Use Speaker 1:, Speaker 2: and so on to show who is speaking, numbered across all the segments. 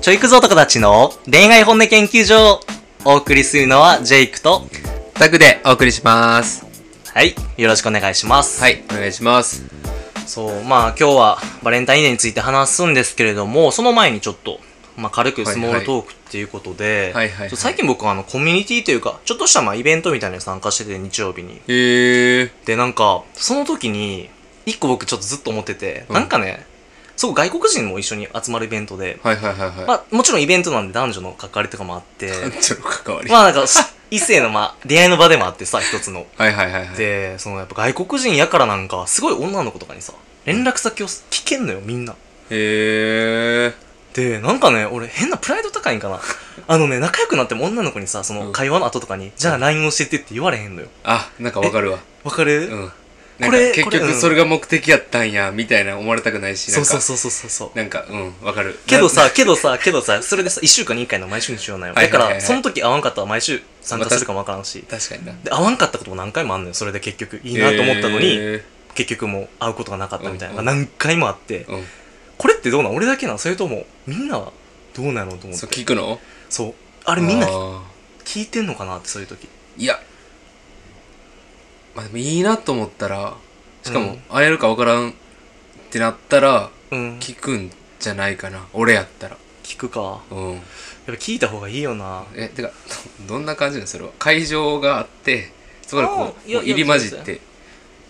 Speaker 1: ちょいくぞ男たちの恋愛本音研究所をお送りするのはジェイクと、
Speaker 2: タグでお送りします。
Speaker 1: はい、よろしくお願いします。
Speaker 2: はい、お願いします。
Speaker 1: そう、まあ今日はバレンタインデーについて話すんですけれども、その前にちょっと、まあ軽くスモールトークっていうことで、
Speaker 2: はいはいはいは
Speaker 1: ちょ
Speaker 2: い
Speaker 1: っと最近僕はあのコミュニティというか、ちょっとしたまあイベントみたいなのに参加してて日曜日に。
Speaker 2: へえー。
Speaker 1: で、なんか、その時に、一個僕ちょっとずっと思ってて、
Speaker 2: うん
Speaker 1: なんかね、すごい外国人も一緒に集まるイベントで、
Speaker 2: はいはいはいはい。
Speaker 1: まあもちろんイベントなんで男女の関わりとかもあって、
Speaker 2: 男女の関わり。
Speaker 1: まあなんか、異性のまあ出会いの場でもあってさ、一つの。
Speaker 2: はいはいはいはい。
Speaker 1: で、そのやっぱ外国人やからなんか、すごい女の子とかにさ、連絡先を聞けんのよ、みんな。
Speaker 2: へえ
Speaker 1: で、なんかね、俺変なプライド高いんかな。あのね、仲良くなっても女の子にさ、その会話の後とかに、じゃあ LINE 教えてって言われへんのよ。
Speaker 2: ー。あ、なんかわかるわ。
Speaker 1: わかる、
Speaker 2: うん。
Speaker 1: れ
Speaker 2: なんか結
Speaker 1: これうん
Speaker 2: 局それが目的やったんや、みたいな思われたくないし、な
Speaker 1: そ
Speaker 2: ん
Speaker 1: うそう
Speaker 2: か、
Speaker 1: そうそうそうそう。
Speaker 2: なんか、うん、わかる。
Speaker 1: けど
Speaker 2: な
Speaker 1: さ、、けどさ、けどさ、それでさ、1週間に1回の毎週にしようなよ。
Speaker 2: はい
Speaker 1: だ
Speaker 2: はいは
Speaker 1: か
Speaker 2: いはい
Speaker 1: ら、その時会わんかったら毎週参加するかもわからんし。
Speaker 2: 確かにな。
Speaker 1: で、会わんかったことも何回もあんのよ。それで結局、いいなと思ったのに、
Speaker 2: へ
Speaker 1: 結局もう会うことがなかったみたいなのが
Speaker 2: うんう
Speaker 1: 何回もあって
Speaker 2: ー、うん。
Speaker 1: これってどうなん俺だけなんそれとも、みんなはどうなのと思っ
Speaker 2: そう、
Speaker 1: て。
Speaker 2: 聞くの
Speaker 1: そう。あ
Speaker 2: あ
Speaker 1: れみんな
Speaker 2: ー
Speaker 1: 聞いてんのかなって、そういう時。
Speaker 2: いや。まあでもいいなと思ったら、しか
Speaker 1: う
Speaker 2: も
Speaker 1: ん
Speaker 2: 会えるかわからんってなったら、
Speaker 1: うん。
Speaker 2: 聞くんじゃないかな。俺やったら。
Speaker 1: 聞くか。
Speaker 2: うん。
Speaker 1: やっぱ聞いた方がいいよな。
Speaker 2: え、てか、 どどんな感じなのそれは。会場があって、そこでこ
Speaker 1: あー
Speaker 2: う、
Speaker 1: いや
Speaker 2: 入り混じって、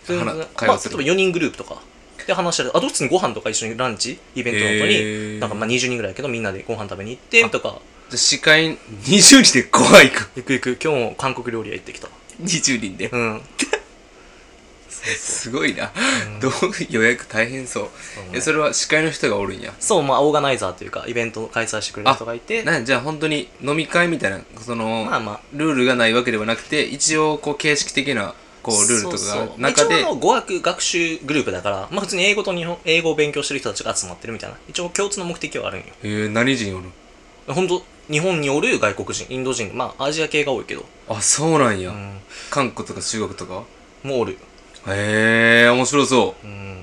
Speaker 1: そういうのね
Speaker 2: 話会
Speaker 1: まあ、
Speaker 2: 話
Speaker 1: 例
Speaker 2: す
Speaker 1: えば
Speaker 2: る。
Speaker 1: 4人グループとか。で話したり、あと普通にご飯とか一緒にランチ、イベントの後に、
Speaker 2: へー
Speaker 1: なんかまあ20人ぐらいやけどみんなでご飯食べに行ってとか、
Speaker 2: じゃあ司会20人でご飯行く。
Speaker 1: 行く行く、今日も韓国料理屋行ってきた。
Speaker 2: 20人で。
Speaker 1: うん。
Speaker 2: すごいな。どう予約大変そう。
Speaker 1: そうね
Speaker 2: え、それは司会の人がおるんや。
Speaker 1: そう、まあ、オーガナイザーというか、イベントを開催してくれる人がいて、
Speaker 2: なんじゃあ本当に飲み会みたいな、その、
Speaker 1: まあまあ、
Speaker 2: ルールがないわけではなくて、一応こう形式的な、こうルール
Speaker 1: そう
Speaker 2: とか
Speaker 1: そ
Speaker 2: が
Speaker 1: うまあ
Speaker 2: 中で
Speaker 1: 一応、あの語学学習グループだから、まあ、普通に英語と日本英語を勉強してる人たちが集まってるみたいな、一応共通の目的はあるんよ。
Speaker 2: えー、何人おる
Speaker 1: 本当日本におる外国人、インド人、まあ、アジア系が多いけど、
Speaker 2: あ、そうなんや。
Speaker 1: うん、
Speaker 2: 韓国とか中国とか
Speaker 1: もうおる。
Speaker 2: へえー、面白そう。
Speaker 1: うん。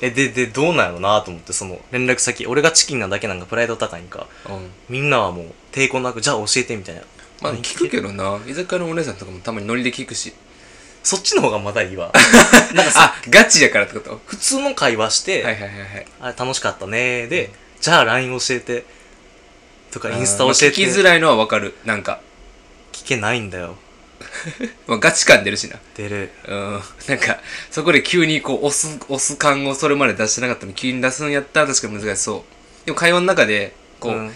Speaker 1: え、で、で、どうなんやろなと思って、その、連絡先、俺がチキンなだけなんかプライド高いんか、
Speaker 2: うん。
Speaker 1: みんなはもう、抵抗なく、じゃあ教えてみたいな。
Speaker 2: まあ聞くけどな。居酒屋のお姉さんとかもたまにノリで聞く し。
Speaker 1: そっちの方がまだいい わ。
Speaker 2: なんかあ、ガチやからってことは
Speaker 1: 普通の会話して、
Speaker 2: いはいはいはい。
Speaker 1: あれ楽しかったねーで、じゃあ LINE 教えてとかインスタ教
Speaker 2: ま
Speaker 1: え
Speaker 2: あ聞き
Speaker 1: て、
Speaker 2: づらいのはわかる。なんか。
Speaker 1: 聞けないんだよ
Speaker 2: まあガチ感出るしな。
Speaker 1: 出る
Speaker 2: うん。なんか、そこで急にこう押す、押す感をそれまで出してなかったのに急に出すんやったら確かに難しそう。でも会話の中で、こう、
Speaker 1: うんい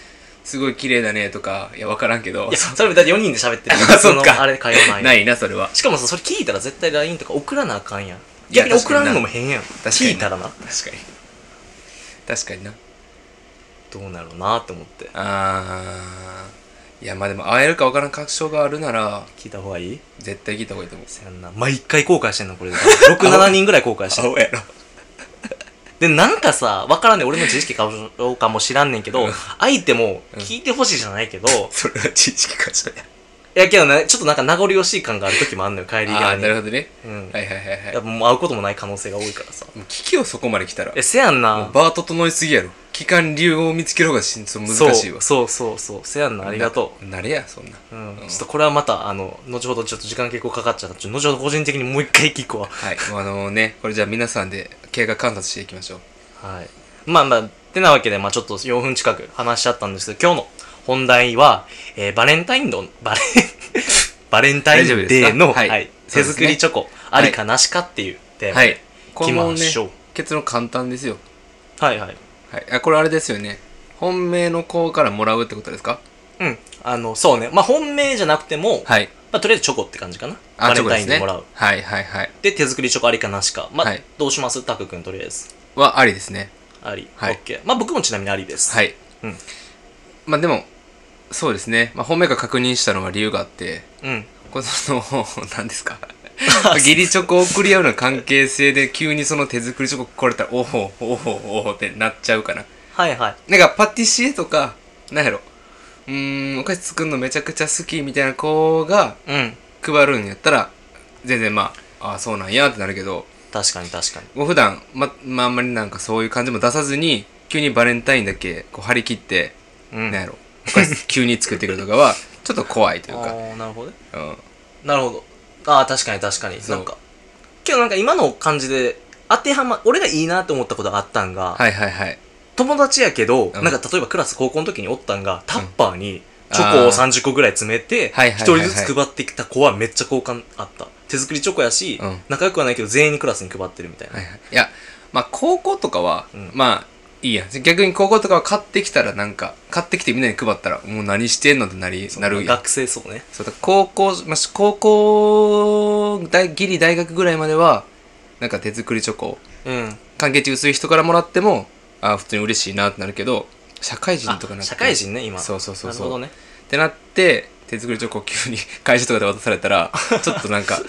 Speaker 2: すごい綺麗だねとか、いやわからんけど
Speaker 1: や。そ れだって4人で喋ってる
Speaker 2: あそっか
Speaker 1: のあれ会話ない
Speaker 2: ないな、それは。
Speaker 1: しかもさそれ聞いたら絶対 LINE とか送らなあかんやん
Speaker 2: いや
Speaker 1: 逆に送らんのも変やん
Speaker 2: かに
Speaker 1: 聞いたらな
Speaker 2: 確かに。確かにな。
Speaker 1: どうなるなって思って
Speaker 2: あー。いや、まあでも会えるかわからん確証があるなら、
Speaker 1: 聞いた方がいい
Speaker 2: 絶対聞いた方がいいと思う。
Speaker 1: せやんな毎回後悔してんのこ れで67人ぐらい後悔してんの
Speaker 2: 青やろ。
Speaker 1: でなんかさわからんねん俺の知識かもかも知らんねんけど相手も聞いてほしいじゃないけど、い
Speaker 2: それは知識過剰や。
Speaker 1: やけどねちょっとなんか名残惜しい感がある時もあんのよ帰り
Speaker 2: あ
Speaker 1: 際
Speaker 2: あ、
Speaker 1: に
Speaker 2: なるほどね。
Speaker 1: うん
Speaker 2: はいはいはいはい。
Speaker 1: やっぱもう会うこともない可能性が多いからさ。
Speaker 2: もう危機をそこまで来たら。
Speaker 1: え、せやんな。
Speaker 2: バー整いすぎやろ。期間理由を見つける方がしんそう難しいわ。
Speaker 1: そうそうそうそう。せやんな。ありがと
Speaker 2: う。なれや、そんな。
Speaker 1: う。うん。ちょっとこれはまた、あの、後ほどちょっと時間結構かかっちゃった。ちょっと後ほど個人的にもう一回聞くわ。
Speaker 2: はい。あのね、これじゃあ皆さんで経過観察していきましょう。
Speaker 1: はい。まあまあ、ってなわけで、まあちょっと4分近く話しちゃったんですけど、今日の本題は、えーバレンタイン の、バレン、バレンタインデーの、
Speaker 2: 大丈夫ですか
Speaker 1: は
Speaker 2: はい
Speaker 1: い、
Speaker 2: そ
Speaker 1: 手
Speaker 2: うですね
Speaker 1: 作りチョコ、ありかなしかっていうテーマ。
Speaker 2: はい。これも
Speaker 1: いき
Speaker 2: ね
Speaker 1: ましょう、
Speaker 2: 結論簡単ですよ。
Speaker 1: はいはい。
Speaker 2: はい。あ、これあれですよね。本命の子からもらうってことですか
Speaker 1: うん。あの、そうね。まあ本命じゃなくても、
Speaker 2: はい。
Speaker 1: まあとりあえずチョコって感じかな。バ
Speaker 2: あ、
Speaker 1: レ
Speaker 2: チョ
Speaker 1: ン
Speaker 2: コ
Speaker 1: タ
Speaker 2: で
Speaker 1: イ
Speaker 2: す
Speaker 1: ン
Speaker 2: ね。
Speaker 1: でもらう。
Speaker 2: はいはいはい。
Speaker 1: で、手作りチョコありかなしか。まあ、
Speaker 2: はい
Speaker 1: どうしますタク君とりあえず。
Speaker 2: は、ありですね。
Speaker 1: あり。
Speaker 2: はい
Speaker 1: オッケー。まあ僕もちなみにありです。
Speaker 2: はい。
Speaker 1: うん。
Speaker 2: まあでも、そうですね。まあ本命が確認したのは理由があって、
Speaker 1: うん。
Speaker 2: この、 何で すか義理チョコを送り合うような関係性で急にその手作りチョコ来られたら、おほおほおほってなっちゃうかな。
Speaker 1: はいはい。
Speaker 2: なんかパティシエとか、なんやろ。うーん、お菓子作るのめちゃくちゃ好きみたいな子が
Speaker 1: うん。
Speaker 2: 配るんやったら、全然まあ、ああ、そうなんやってなるけど、
Speaker 1: 確かに確かに。
Speaker 2: もう普段、ま、まああんまりなんかそういう感じも出さずに、急にバレンタインだけこう張り切って、
Speaker 1: うん
Speaker 2: なんやろこれ急に 作ってくるとかはちょっと怖いという
Speaker 1: あ
Speaker 2: か、
Speaker 1: ーなるほどね
Speaker 2: うん、
Speaker 1: なるほどああ確かに確かに
Speaker 2: そう
Speaker 1: なんかけどなんか今の感じで当てはま俺がいいなって思ったことがあったんが、
Speaker 2: はいはいはい
Speaker 1: 友達やけど、
Speaker 2: ん
Speaker 1: なんか例えばクラス高校の時におったんがタッパーにチョコを
Speaker 2: あー
Speaker 1: 30個ぐらい詰めて
Speaker 2: はいはいはいはい
Speaker 1: 一人ずつ配ってきた子はめっちゃ好感あった手作りチョコやし、
Speaker 2: うん
Speaker 1: 仲良くはないけど全員にクラスに配ってるみたいな、
Speaker 2: はいはいいやまあ高校とかは、
Speaker 1: うん
Speaker 2: まあいいや逆に高校とかは買ってきたらなんか買ってきてみんなに配ったらもう何してんのってなりなるやん
Speaker 1: 学生そうね
Speaker 2: そうだ高校、まあ、し高校大ギリ大学ぐらいまではなんか手作りチョコ
Speaker 1: うん
Speaker 2: 関係値薄い人からもらってもあ普通に嬉しいなってなるけど社会人とかにな
Speaker 1: あ
Speaker 2: っ
Speaker 1: 社
Speaker 2: て
Speaker 1: 会人ね今
Speaker 2: そうそうそうそ
Speaker 1: な
Speaker 2: う
Speaker 1: るほどね
Speaker 2: ってなって手作りチョコを急に 会社とかで渡されたらちょっとなんか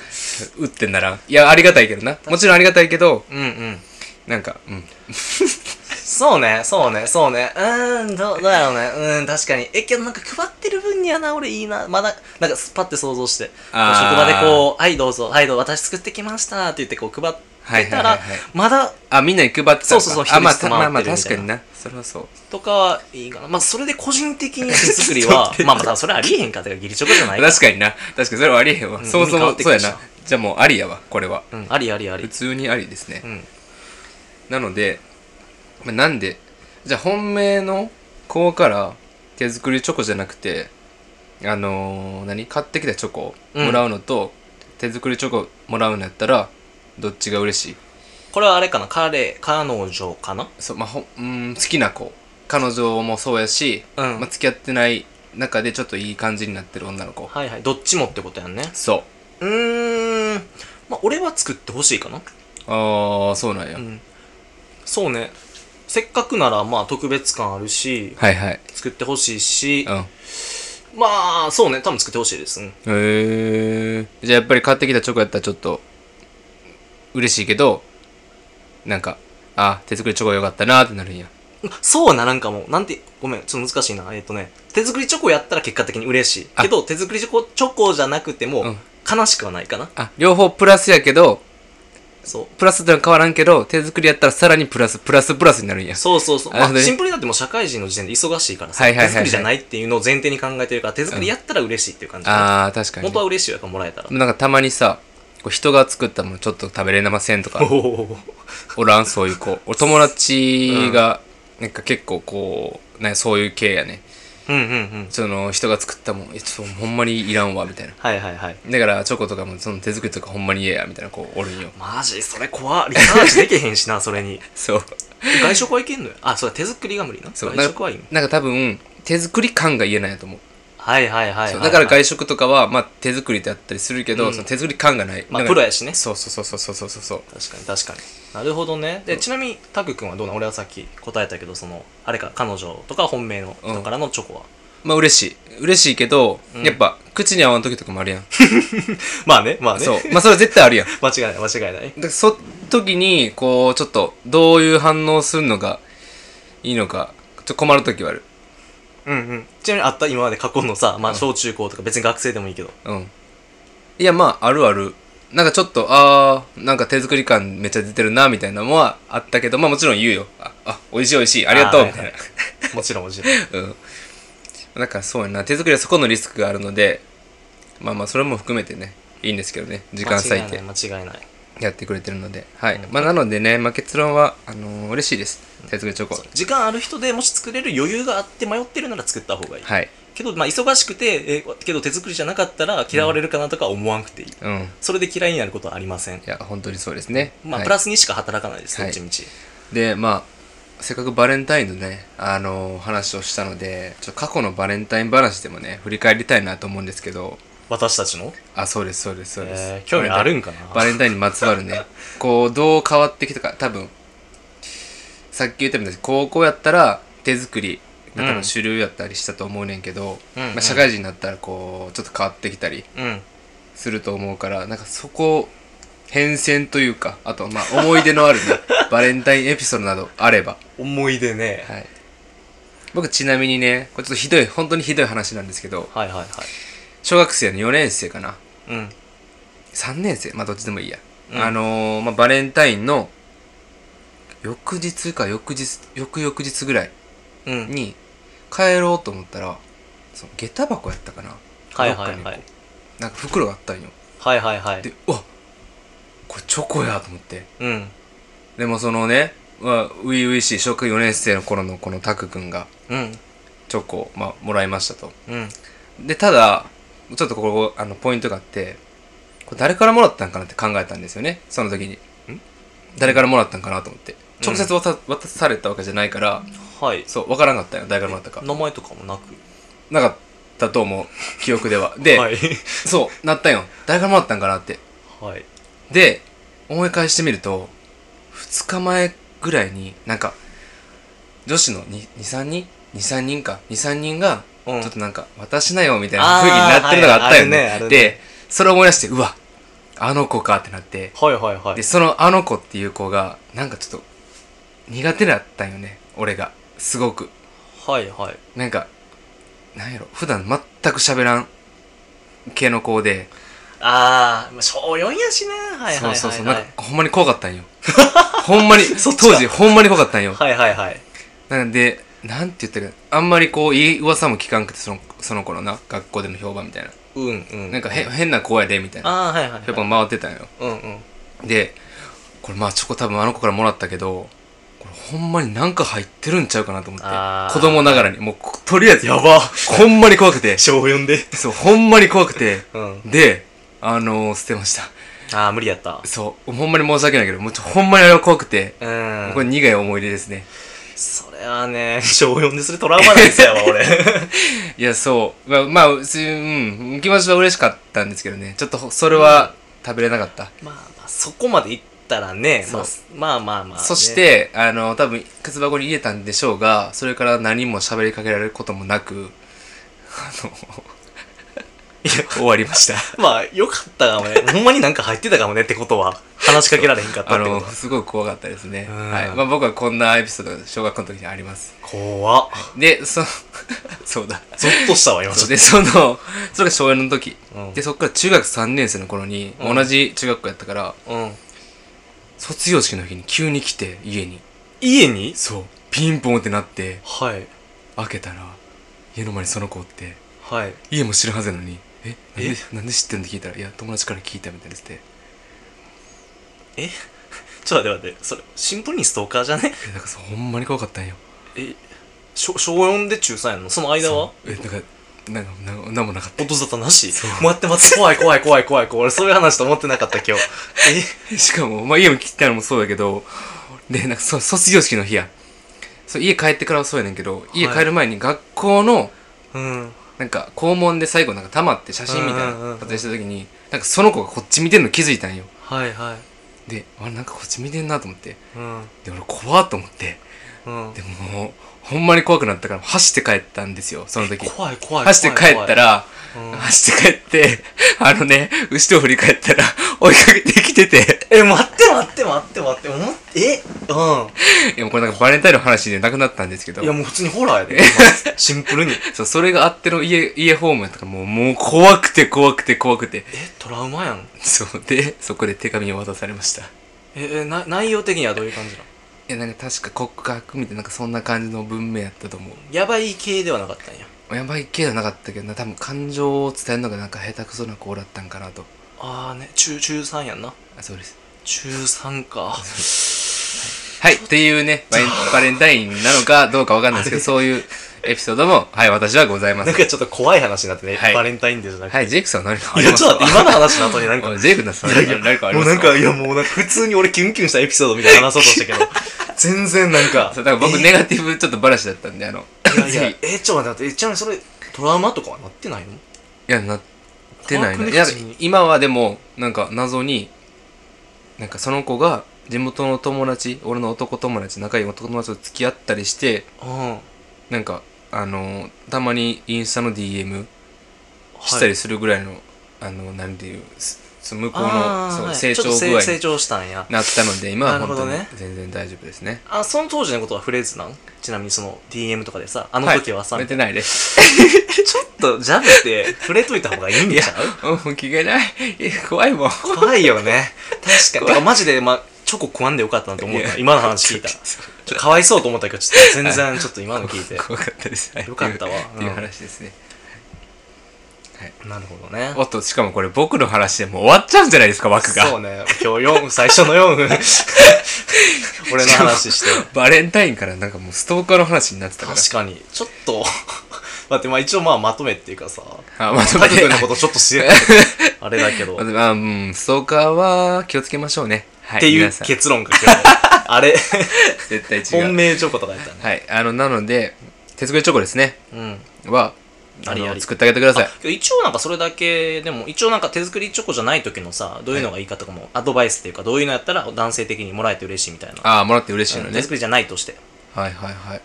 Speaker 2: うってんならんいやありがたいけどなもちろんありがたいけど
Speaker 1: うんうん
Speaker 2: なんかうん
Speaker 1: そうねそうねそうねうーんどうどうやろうねうん確かにえけどなんか配ってる分にはな俺いいなまだなんかスパッて想像して
Speaker 2: あ
Speaker 1: 職場
Speaker 2: ー
Speaker 1: でこう「はいどうぞはいどうぞ私作ってきました」って言ってこう配ってた
Speaker 2: はいはいはい
Speaker 1: ら
Speaker 2: はい
Speaker 1: まだ
Speaker 2: あみんなに配ってた
Speaker 1: そうそうそう
Speaker 2: あまあ
Speaker 1: 一人ずつ
Speaker 2: まあま
Speaker 1: 回
Speaker 2: あ
Speaker 1: ってるみた
Speaker 2: 確か
Speaker 1: いな
Speaker 2: になそれはそう
Speaker 1: とかはいいかな。まあ、それで個人的に手作り は
Speaker 2: ちょっと待って、
Speaker 1: まあまあ、それありえへんか。てか、ギリチョコじゃないから。
Speaker 2: 確かにな確かにそれはありえへんわ、
Speaker 1: ん
Speaker 2: そもそ
Speaker 1: 変わ
Speaker 2: も
Speaker 1: って
Speaker 2: そ
Speaker 1: く
Speaker 2: う
Speaker 1: る
Speaker 2: や
Speaker 1: し
Speaker 2: なじゃあもうありやわこれは
Speaker 1: うん、ありありあ
Speaker 2: 普
Speaker 1: り。
Speaker 2: 通にありですね
Speaker 1: う、ん。
Speaker 2: なので、まあ、なんでじゃあ本命の子から手作りチョコじゃなくてあのー何買ってきたチョコ
Speaker 1: うん
Speaker 2: もらうのと、手作りチョコもらうのやったらどっちが嬉しい
Speaker 1: これはあれかな彼、彼女かな
Speaker 2: そう、まあ、ほんうーん好きな子彼女もそうやし、
Speaker 1: うん
Speaker 2: まあ、付き合ってない中でちょっといい感じになってる女の子、
Speaker 1: はいはい。どっちもってことやんね。
Speaker 2: そう
Speaker 1: ーん。まあ、俺は作ってほしいかな。
Speaker 2: うああそうなんや、
Speaker 1: うん。そうね。せっかくなら、まあ、特別感あるし、
Speaker 2: はいはい
Speaker 1: 作ってほしいし
Speaker 2: う、ん
Speaker 1: まあ、そうね。多分作ってほしいです。うん。
Speaker 2: へえじゃあやっぱり買ってきたチョコやったらちょっと嬉しいけどなんかあ手作りチョコよかったなってなるんや
Speaker 1: そうはならんかも。なんて、ごめん、ちょっと難しいな。えっ、とね、手作りチョコやったら結果的に嬉しい。
Speaker 2: あ
Speaker 1: けど、手作りチョコ、チョコじゃなくても、
Speaker 2: うん
Speaker 1: 悲しくはないかな。
Speaker 2: あ両方プラスやけど
Speaker 1: そう。
Speaker 2: プラスってのは変わらんけど手作りやったらさらにプラスプラスプラスになるんや
Speaker 1: そうそうそう。
Speaker 2: なるほど
Speaker 1: まあ
Speaker 2: ね
Speaker 1: シンプルになってもう社会人の時点で忙しいからさ、
Speaker 2: はいはいはいはい
Speaker 1: 手作りじゃないっていうのを前提に考えてるから、手作りやったら嬉しいっていう感じ、
Speaker 2: あー確かに
Speaker 1: 本当は嬉しいよ、もらえたら。
Speaker 2: なんかたまにさこう人が作ったものちょっと食べれません とか
Speaker 1: おお
Speaker 2: おらんそういう子俺友達がなんか結構こうねそういう系やね
Speaker 1: うんうんうん。
Speaker 2: その人が作ったもんえちょっとほんまにいらんわみたいな
Speaker 1: はいはいはい。
Speaker 2: だからチョコとかもその手作りとかほんまにええやみたいな子おるんよ
Speaker 1: マジそれ怖っリサーチできへんしな、それに。
Speaker 2: そう
Speaker 1: 外食はいけんのよ。あ、そうだ、手作りが無理な。
Speaker 2: そう
Speaker 1: 外食はいいの。
Speaker 2: なんか多分手作り感が言えないと思う,
Speaker 1: はいはいはいはい、
Speaker 2: そう、
Speaker 1: はい。
Speaker 2: だから外食とかは、まあ、手作りであったりするけ
Speaker 1: う
Speaker 2: ど、
Speaker 1: ん
Speaker 2: その手作り感がない
Speaker 1: まあ、
Speaker 2: なん
Speaker 1: プ
Speaker 2: か
Speaker 1: ロやしね。
Speaker 2: そうそうそうそうそうそうそう
Speaker 1: 確かに確かに。なるほどね。で、ちなみに、タク君はどうなん俺はさっき答えたけど、その、あれか、彼女とか本命の人からのチョコは。
Speaker 2: まあ嬉しい嬉しいけど、
Speaker 1: うん
Speaker 2: やっぱ口に合わん時とかもあ るやん
Speaker 1: まあね、まあね。
Speaker 2: そうまあそれは絶対あるやんだか
Speaker 1: 間違いない、間違いない。
Speaker 2: らそ時にこうちょっとどういう反応するのがいいのかちょっと困る時はある
Speaker 1: うんうん。ちなみにあった今まで過去のさ、まあ小中高とか別に学生でもいいけど。
Speaker 2: うんいやまああるあるなんかちょっとあーなんか手作り感めっちゃ出てるなみたいなのはあったけどまあもちろん言うよああ美味しい美味しいありがとう
Speaker 1: あー
Speaker 2: みたいな、
Speaker 1: もちろんもちろん。
Speaker 2: うんだからそうやな手作りはそこのリスクがあるのでまあまあそれも含めてねいいんですけどね時間割い
Speaker 1: 間違
Speaker 2: て
Speaker 1: いない。間違いない
Speaker 2: やってくれてるのではい、
Speaker 1: うん
Speaker 2: まあなのでね、まあ、結論はあのー嬉しいです手作りチョコ
Speaker 1: そう時間ある人でもし作れる余裕があって迷ってるなら作った方がいい。
Speaker 2: はい
Speaker 1: けど、まあ忙しくて、えーけど手作りじゃなかったら嫌われるかなとか思わんくていい。
Speaker 2: うんい
Speaker 1: それで嫌いになることはありません。
Speaker 2: や本当にそうですね
Speaker 1: まあ、
Speaker 2: はい
Speaker 1: プラスにしか働かないです、
Speaker 2: は
Speaker 1: ど
Speaker 2: い
Speaker 1: っちみち。
Speaker 2: でまあせっかくバレンタインのねあの話をしたのでちょっと過去のバレンタイン話でもね振り返りたいなと思うんですけど
Speaker 1: 私たちの、
Speaker 2: あそうですそうですそうです、
Speaker 1: えー興味あるんか
Speaker 2: バ
Speaker 1: な
Speaker 2: レンタインにまつわるねこうどう変わってきたか多分さっき言ったみたいに高校やったら手作りが多
Speaker 1: うん
Speaker 2: 分主流やったりしたと思うねんけど、
Speaker 1: うんうん
Speaker 2: まあ、社会人になったらこうちょっと変わってきたり
Speaker 1: うん。
Speaker 2: すると思うからなんかそこ変遷というかあとまあ思い出 のある、ね、バレンタインエピソードなどあれば
Speaker 1: 思い出ね。
Speaker 2: はい。僕ちなみにね、これちょっとひどい、本当にひどい話なんですけど、
Speaker 1: はいはいはい。
Speaker 2: 小学生の4年生かな。
Speaker 1: うん。
Speaker 2: 3年生まあどっちでもいいや。
Speaker 1: うん
Speaker 2: あのー、まあバレンタインの、翌日か翌日、翌々日ぐらい
Speaker 1: うん。
Speaker 2: に、帰ろうと思ったらその下駄箱やったかな
Speaker 1: はいはい
Speaker 2: どっか
Speaker 1: はい
Speaker 2: にこうなんか袋があったんよ
Speaker 1: はいはいはい
Speaker 2: でうわこれチョコやと思って
Speaker 1: うん
Speaker 2: でもそのねまあ初々しい小学4年生の頃のこのタク君が
Speaker 1: うん
Speaker 2: チョコを、まあ、もらいましたと
Speaker 1: うん
Speaker 2: でただちょっとここあのポイントがあってこれ誰からもらったんかなって考えたんですよねその時に誰からもらったんかなと思って直接渡,、渡されたわけじゃないから
Speaker 1: はい
Speaker 2: そう分からんかったよ誰からもらったか
Speaker 1: 名前とかもなく
Speaker 2: なかったと思う記憶ではで、
Speaker 1: はい
Speaker 2: そうなったんよ誰からもらったんかなって
Speaker 1: はい
Speaker 2: で思い返してみると2日前ぐらいになんか女子の23人23人か23人がち
Speaker 1: う
Speaker 2: ょ
Speaker 1: ん
Speaker 2: っとなんか渡しなよみたいな雰囲気になってるのがあったよね,、
Speaker 1: あーはいあるねあるね
Speaker 2: でそれを思い出してうわあの子かってなって
Speaker 1: はいはいは
Speaker 2: で
Speaker 1: い
Speaker 2: そのあの子っていう子がなんかちょっと苦手だったんよね俺がすごく
Speaker 1: はいはい
Speaker 2: なんかなんやろ普段全く喋らん系の子で
Speaker 1: あーまあ小4やしなはいはいはいはい
Speaker 2: そうそうそう、なんか、ほんまに怖かったんよ。 ほんまに、
Speaker 1: そっちか
Speaker 2: 当時、ほんまに怖かったんよ。
Speaker 1: はいはいはい
Speaker 2: なんで、なんて言ったらいいか、あんまりこう、いい噂も聞かんくて、その、その頃な、学校での評判みたいな。
Speaker 1: うんうん
Speaker 2: なんか、へ変な子やで、みたいな。
Speaker 1: ああはいはい
Speaker 2: 評
Speaker 1: はい
Speaker 2: 判回ってたんよ。
Speaker 1: うんうん
Speaker 2: で、これまあ、チョコ多分あの子からもらったけど、これほんまになんか入ってるんちゃうかなと思って
Speaker 1: あ。ー
Speaker 2: 子供ながらに。もう、ことりあえず、
Speaker 1: ば
Speaker 2: ほんまに怖くて。
Speaker 1: 小4で
Speaker 2: そう、ほんまに怖くて。
Speaker 1: うん
Speaker 2: で、あのー、捨てました。
Speaker 1: ああ無理やった
Speaker 2: そう、ほんまに申し訳ないけど、もうちょほんまにあれは怖くて。
Speaker 1: うん
Speaker 2: これ苦い思い出ですね。
Speaker 1: それはね、 小4でするトラウマなんです よ、俺。
Speaker 2: いや、そう。まあ、まあ、うちうん、気持ちは嬉しかったんですけどね。ちょっとほ、それは食べれなかった。
Speaker 1: まあまあ、そこまで行ったらね、
Speaker 2: そ
Speaker 1: ま
Speaker 2: う
Speaker 1: あ、まあまあまあ、ね。
Speaker 2: そし、て、あの、多分、靴箱に入れたんでしょうが、それから何も喋りかけられることもなく、あの、終わりました。
Speaker 1: まあ、よかったかも ね。ほんまになんか入ってたかもねってことは、話しかけられへんかった
Speaker 2: あ
Speaker 1: ってこと
Speaker 2: の、
Speaker 1: は。
Speaker 2: すごく怖かったですね。
Speaker 1: うん
Speaker 2: はい。まあ、僕はこんなエピソードが小学校の時にあります。
Speaker 1: 怖っ。
Speaker 2: で、そ、そうだ。
Speaker 1: ゾッとしたわ、今ちょ
Speaker 2: そう
Speaker 1: っと。
Speaker 2: で、その、それが小4の時。
Speaker 1: うん
Speaker 2: で、そっから中学3年生の頃に、
Speaker 1: うん
Speaker 2: 同じ中学校やったから、
Speaker 1: うん。
Speaker 2: 卒業式の日に急に来て家に
Speaker 1: 家に
Speaker 2: そうピンポンってなって
Speaker 1: はい。
Speaker 2: 開けたら家の前にその子おって
Speaker 1: はい。
Speaker 2: 家も知るはずやのに「えなんで
Speaker 1: え
Speaker 2: なんで知ってんの?」って聞いたら「いや友達から聞いた」みたいなやつで
Speaker 1: ちょっと待って待って、それ、シンプルにストーカーじゃね
Speaker 2: えなんかそうほんまに怖かったんよ
Speaker 1: え、小小4で中3やんのその間は
Speaker 2: そうえなんかなんかなんかなんもなかった
Speaker 1: 音沙汰なし待って待って、怖い怖い怖い怖い怖い。俺そういう話と思ってなかった、今日。 え
Speaker 2: しかも、まあ、家も来たのもそうだけどでなんかそ卒業式の日やそう家帰ってからはそうやねんけど家
Speaker 1: はい
Speaker 2: 帰る前に学校の
Speaker 1: うん。
Speaker 2: なんか校門で最後なんか溜まって写真みたい
Speaker 1: うんうんうんう
Speaker 2: なん撮影した時になんかその子がこっち見てんの気づいたんよ
Speaker 1: はいはい。
Speaker 2: であれなんかこっち見てんなと思って
Speaker 1: うん。
Speaker 2: で俺怖っと思って
Speaker 1: うん
Speaker 2: で。ももうほんまに怖くなったから走って帰ったんですよその時
Speaker 1: 怖い怖い
Speaker 2: 走って帰った、ら
Speaker 1: 怖い怖いうん
Speaker 2: 走って帰って あのね後ろ振り返ったら 追いかけてきてて
Speaker 1: え待って待って待って待って思ってえう
Speaker 2: いやもうこれなんかバレンタインの話でなくなったんですけど
Speaker 1: んいやもう普通にホラーやでまあ シンプルに
Speaker 2: そうそれがあっての家家ホームやったからもうもう怖くて怖くて怖くて
Speaker 1: えトラウマやん
Speaker 2: そうでそこで手紙を渡されましたい
Speaker 1: ええな内容的にはどういう感じなの
Speaker 2: やなんか確か告白みたいななんかそんな感じの文明やったと思う
Speaker 1: やばい系ではなかったんや
Speaker 2: やばい系じゃなかったけどな多分感情を伝えるのがなんか下手くそな子だったんかなと
Speaker 1: ああね中中3やんな
Speaker 2: あそうです
Speaker 1: 中3か
Speaker 2: はいっていうねバレンバレンタインなの かどうかわかんないですけどそういうエピソードもはい私はございま
Speaker 1: な
Speaker 2: す
Speaker 1: んかちょっと怖い話になってね、
Speaker 2: はい
Speaker 1: バレンタインデーじゃなくて、
Speaker 2: はいジェイクさん何かあ
Speaker 1: い、
Speaker 2: り
Speaker 1: や
Speaker 2: ま
Speaker 1: ち
Speaker 2: す
Speaker 1: ょ
Speaker 2: か
Speaker 1: っと待って今の話の後に なんか
Speaker 2: おいジェイクさん
Speaker 1: いやいや
Speaker 2: 何かあり
Speaker 1: も
Speaker 2: ま
Speaker 1: うなん
Speaker 2: すか
Speaker 1: かいやもうなんか普通に俺キュンキュンしたエピソードみたいな話そうとしたけど 全然なんか
Speaker 2: そうだから僕ネガティブちょっと話だったんであの
Speaker 1: いやいや
Speaker 2: ぜ
Speaker 1: えちょっと待って待ってえちなみにそれトラウマとかはなってないの
Speaker 2: ひいやなってない
Speaker 1: 怖
Speaker 2: な
Speaker 1: くね
Speaker 2: いや
Speaker 1: 普通に
Speaker 2: 今はでもなんか謎になんかその子が地元の友達俺の男友達仲いい男友達と付き合ったりして
Speaker 1: うん
Speaker 2: なんかあのーたまにインスタの DM したりするぐらいの、あのなんていうすそ向こうの
Speaker 1: あー
Speaker 2: そう
Speaker 1: はい
Speaker 2: 成長
Speaker 1: ち
Speaker 2: 具
Speaker 1: ょっ
Speaker 2: 合
Speaker 1: と成成
Speaker 2: に
Speaker 1: 長したんや
Speaker 2: なったので今は
Speaker 1: なる
Speaker 2: 本
Speaker 1: ほ
Speaker 2: 当
Speaker 1: ど
Speaker 2: に
Speaker 1: ね
Speaker 2: 全然大丈夫ですね
Speaker 1: あその当時のことは触れずなんちなみにその DM とかでさあの
Speaker 2: い
Speaker 1: 時はさ、
Speaker 2: 寝
Speaker 1: ち
Speaker 2: てないです
Speaker 1: ょっとジャブって触れといた方がいいんちゃう
Speaker 2: うん着替えないいや怖 いもん
Speaker 1: 怖いよね確かにてかマジで、ま、チョコ食わんでよかったなと思う
Speaker 2: い
Speaker 1: な
Speaker 2: や
Speaker 1: 今の話聞いたら
Speaker 2: そう
Speaker 1: ちょっとかわいそうと思ったけど、ちょっと全然ちょっと今の聞いて。
Speaker 2: 怖かったです。はい
Speaker 1: よかったわ
Speaker 2: っていうっていう
Speaker 1: うん
Speaker 2: 話ですね。
Speaker 1: なるほどね。
Speaker 2: おっと、しかもこれ僕の話でもう終わっちゃうんじゃないですか、枠が。
Speaker 1: そうね。今日4、最初の4分。 俺の話して。
Speaker 2: バレンタインからなんかもうストーカーの話になってたから。
Speaker 1: 確かに。ちょっと、 待って、まあ一応まあまとめっていう かさ。
Speaker 2: あ、ま
Speaker 1: タ
Speaker 2: とめ
Speaker 1: イト
Speaker 2: て
Speaker 1: ルのことちょっと知 れあれだけど。
Speaker 2: ま
Speaker 1: っ
Speaker 2: ずまあ、うん、ストーカーは気をつけましょうね。はい。
Speaker 1: ていう
Speaker 2: 皆さん
Speaker 1: 結論が今日。 あ れ、
Speaker 2: 絶対違
Speaker 1: 本
Speaker 2: う。
Speaker 1: 命チョコとかやったね。
Speaker 2: はい。あの、なので、手作りチョコですね。
Speaker 1: うん。
Speaker 2: は、
Speaker 1: ありあり
Speaker 2: の作ってあげてください。
Speaker 1: あ一応なんかそれだけでも一応なんか手作りチョコじゃない時のさどういうのがいいかとかも、アドバイスっていうかどういうのやったら男性的にもらえて嬉しいみたいな
Speaker 2: ああ、もらって嬉しいの
Speaker 1: うん
Speaker 2: ね
Speaker 1: 手。作りじゃないとして
Speaker 2: はいはいはい。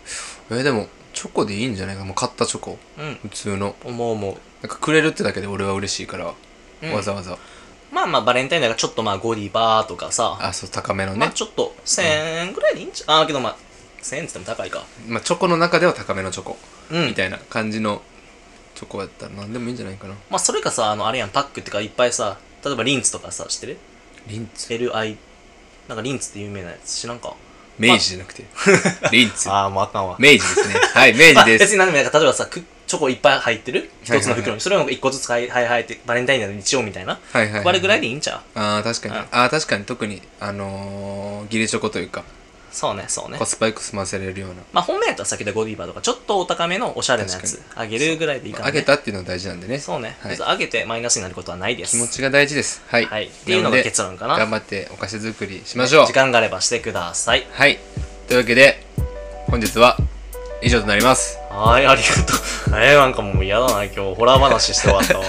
Speaker 2: えーでも、チョコでいいんじゃないかもう買ったチョコ。
Speaker 1: うん
Speaker 2: 普通の。
Speaker 1: 思う思
Speaker 2: なんかくれるってだけで俺は嬉しいから、
Speaker 1: う、うん
Speaker 2: わざわざ。
Speaker 1: まあまあバレンタインだからちょっとまあゴディバーとかさ、
Speaker 2: あ、そう、高めの
Speaker 1: まあ
Speaker 2: ね。
Speaker 1: ちょっと1000円ぐらいでいいんちゃうあーけどまあ1000円って言っても高いか
Speaker 2: まあ、チョコの中では高めのチョコ。
Speaker 1: うん
Speaker 2: みたいな感じのチョコやったら何でもいいんじゃないかな。
Speaker 1: まあそれかさあのあれやんパックってかいっぱいさ例えばリンツとかさ知ってる
Speaker 2: リンツ
Speaker 1: ?LI なんかリンツって有名なやつ知らんか
Speaker 2: 明治じゃなくて。 リンツ。
Speaker 1: ああもうあかんわ
Speaker 2: 明治ですね。はい、明
Speaker 1: まあ
Speaker 2: 治で
Speaker 1: 別
Speaker 2: す。
Speaker 1: に何でもないから例えばさくチョコいっぱい入ってる
Speaker 2: はいはい
Speaker 1: 一つの袋にそれを一個ずつはいはいはいってバレンタインなのに一応みたいな
Speaker 2: はいはい、
Speaker 1: あれぐらい
Speaker 2: で
Speaker 1: でいいんちゃう
Speaker 2: ああ、確かに。
Speaker 1: うん
Speaker 2: ああー、確かに特に、あのー、ギリチョコというか、
Speaker 1: そうねそうね
Speaker 2: コスパよく済ませれるような。
Speaker 1: まあ本命やったら先でゴディバとかちょっとお高めのおしゃれなやつあげるぐらいでいいか
Speaker 2: まあ
Speaker 1: ら、
Speaker 2: あ
Speaker 1: ね
Speaker 2: げたっていうのは大事なんでね。
Speaker 1: そうね、
Speaker 2: はい
Speaker 1: 別に上げてマイナスになることはないです
Speaker 2: 気持ちが大事です。はい。
Speaker 1: はいっていうのが結論かな
Speaker 2: なので頑張ってお菓子作りしましょう。
Speaker 1: 時間があればしてください
Speaker 2: はい。というわけで、本日は以上となります。
Speaker 1: はいありがとうえー、なんかもう嫌だな今日ホラー話して終わった わ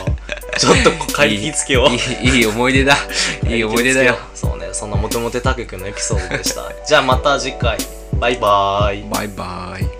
Speaker 1: ちょっとこう帰り気つけよう
Speaker 2: いいいい思い 出だ。いい思い出だよ。
Speaker 1: そうねそんなモテモテタク君のエピソードでしたじゃあまた次回バイバーイ
Speaker 2: バイバイ。